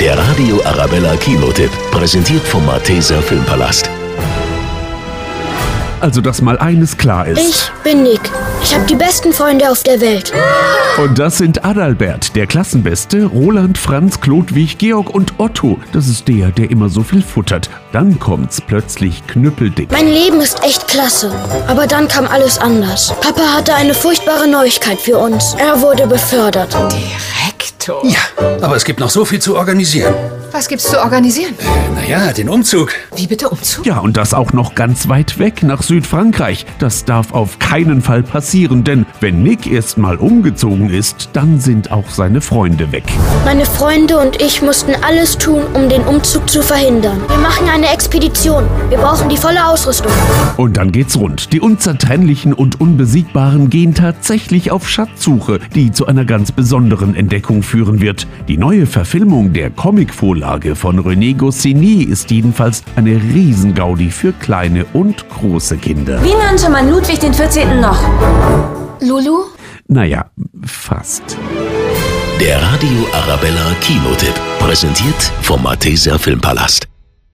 Der Radio Arabella Kinotipp, präsentiert vom Malteser Filmpalast. Also, dass mal eines klar ist. Ich bin Nick. Ich habe die besten Freunde auf der Welt. Und das sind Adalbert, der Klassenbeste, Roland, Franz, Klodwig, Georg und Otto. Das ist der, der immer so viel futtert. Dann kommt's plötzlich knüppeldick. Mein Leben ist echt klasse. Aber dann kam alles anders. Papa hatte eine furchtbare Neuigkeit für uns. Er wurde befördert. Direktor. Ja, aber es gibt noch so viel zu organisieren. Was gibt's zu organisieren? Naja, den Umzug. Wie bitte um Umzug? Ja, und das auch noch ganz weit weg nach Südfrankreich. Das darf auf keinen Fall passieren, denn wenn Nick erstmal umgezogen ist, dann sind auch seine Freunde weg. Meine Freunde und ich mussten alles tun, um den Umzug zu verhindern. Wir machen eine Expedition. Wir brauchen die volle Ausrüstung. Und dann geht's rund. Die unzertrennlichen und unbesiegbaren gehen tatsächlich auf Schatzsuche, die zu einer ganz besonderen Entdeckung führen wird. Die neue Verfilmung der Comicvorlage von René Goscinny ist jedenfalls eine Riesengaudi für kleine und große Kinder. Wie nannte man Ludwig den 14. noch? Lulu? Naja, fast. Der Radio Arabella Kinotipp, präsentiert vom Malteser Filmpalast.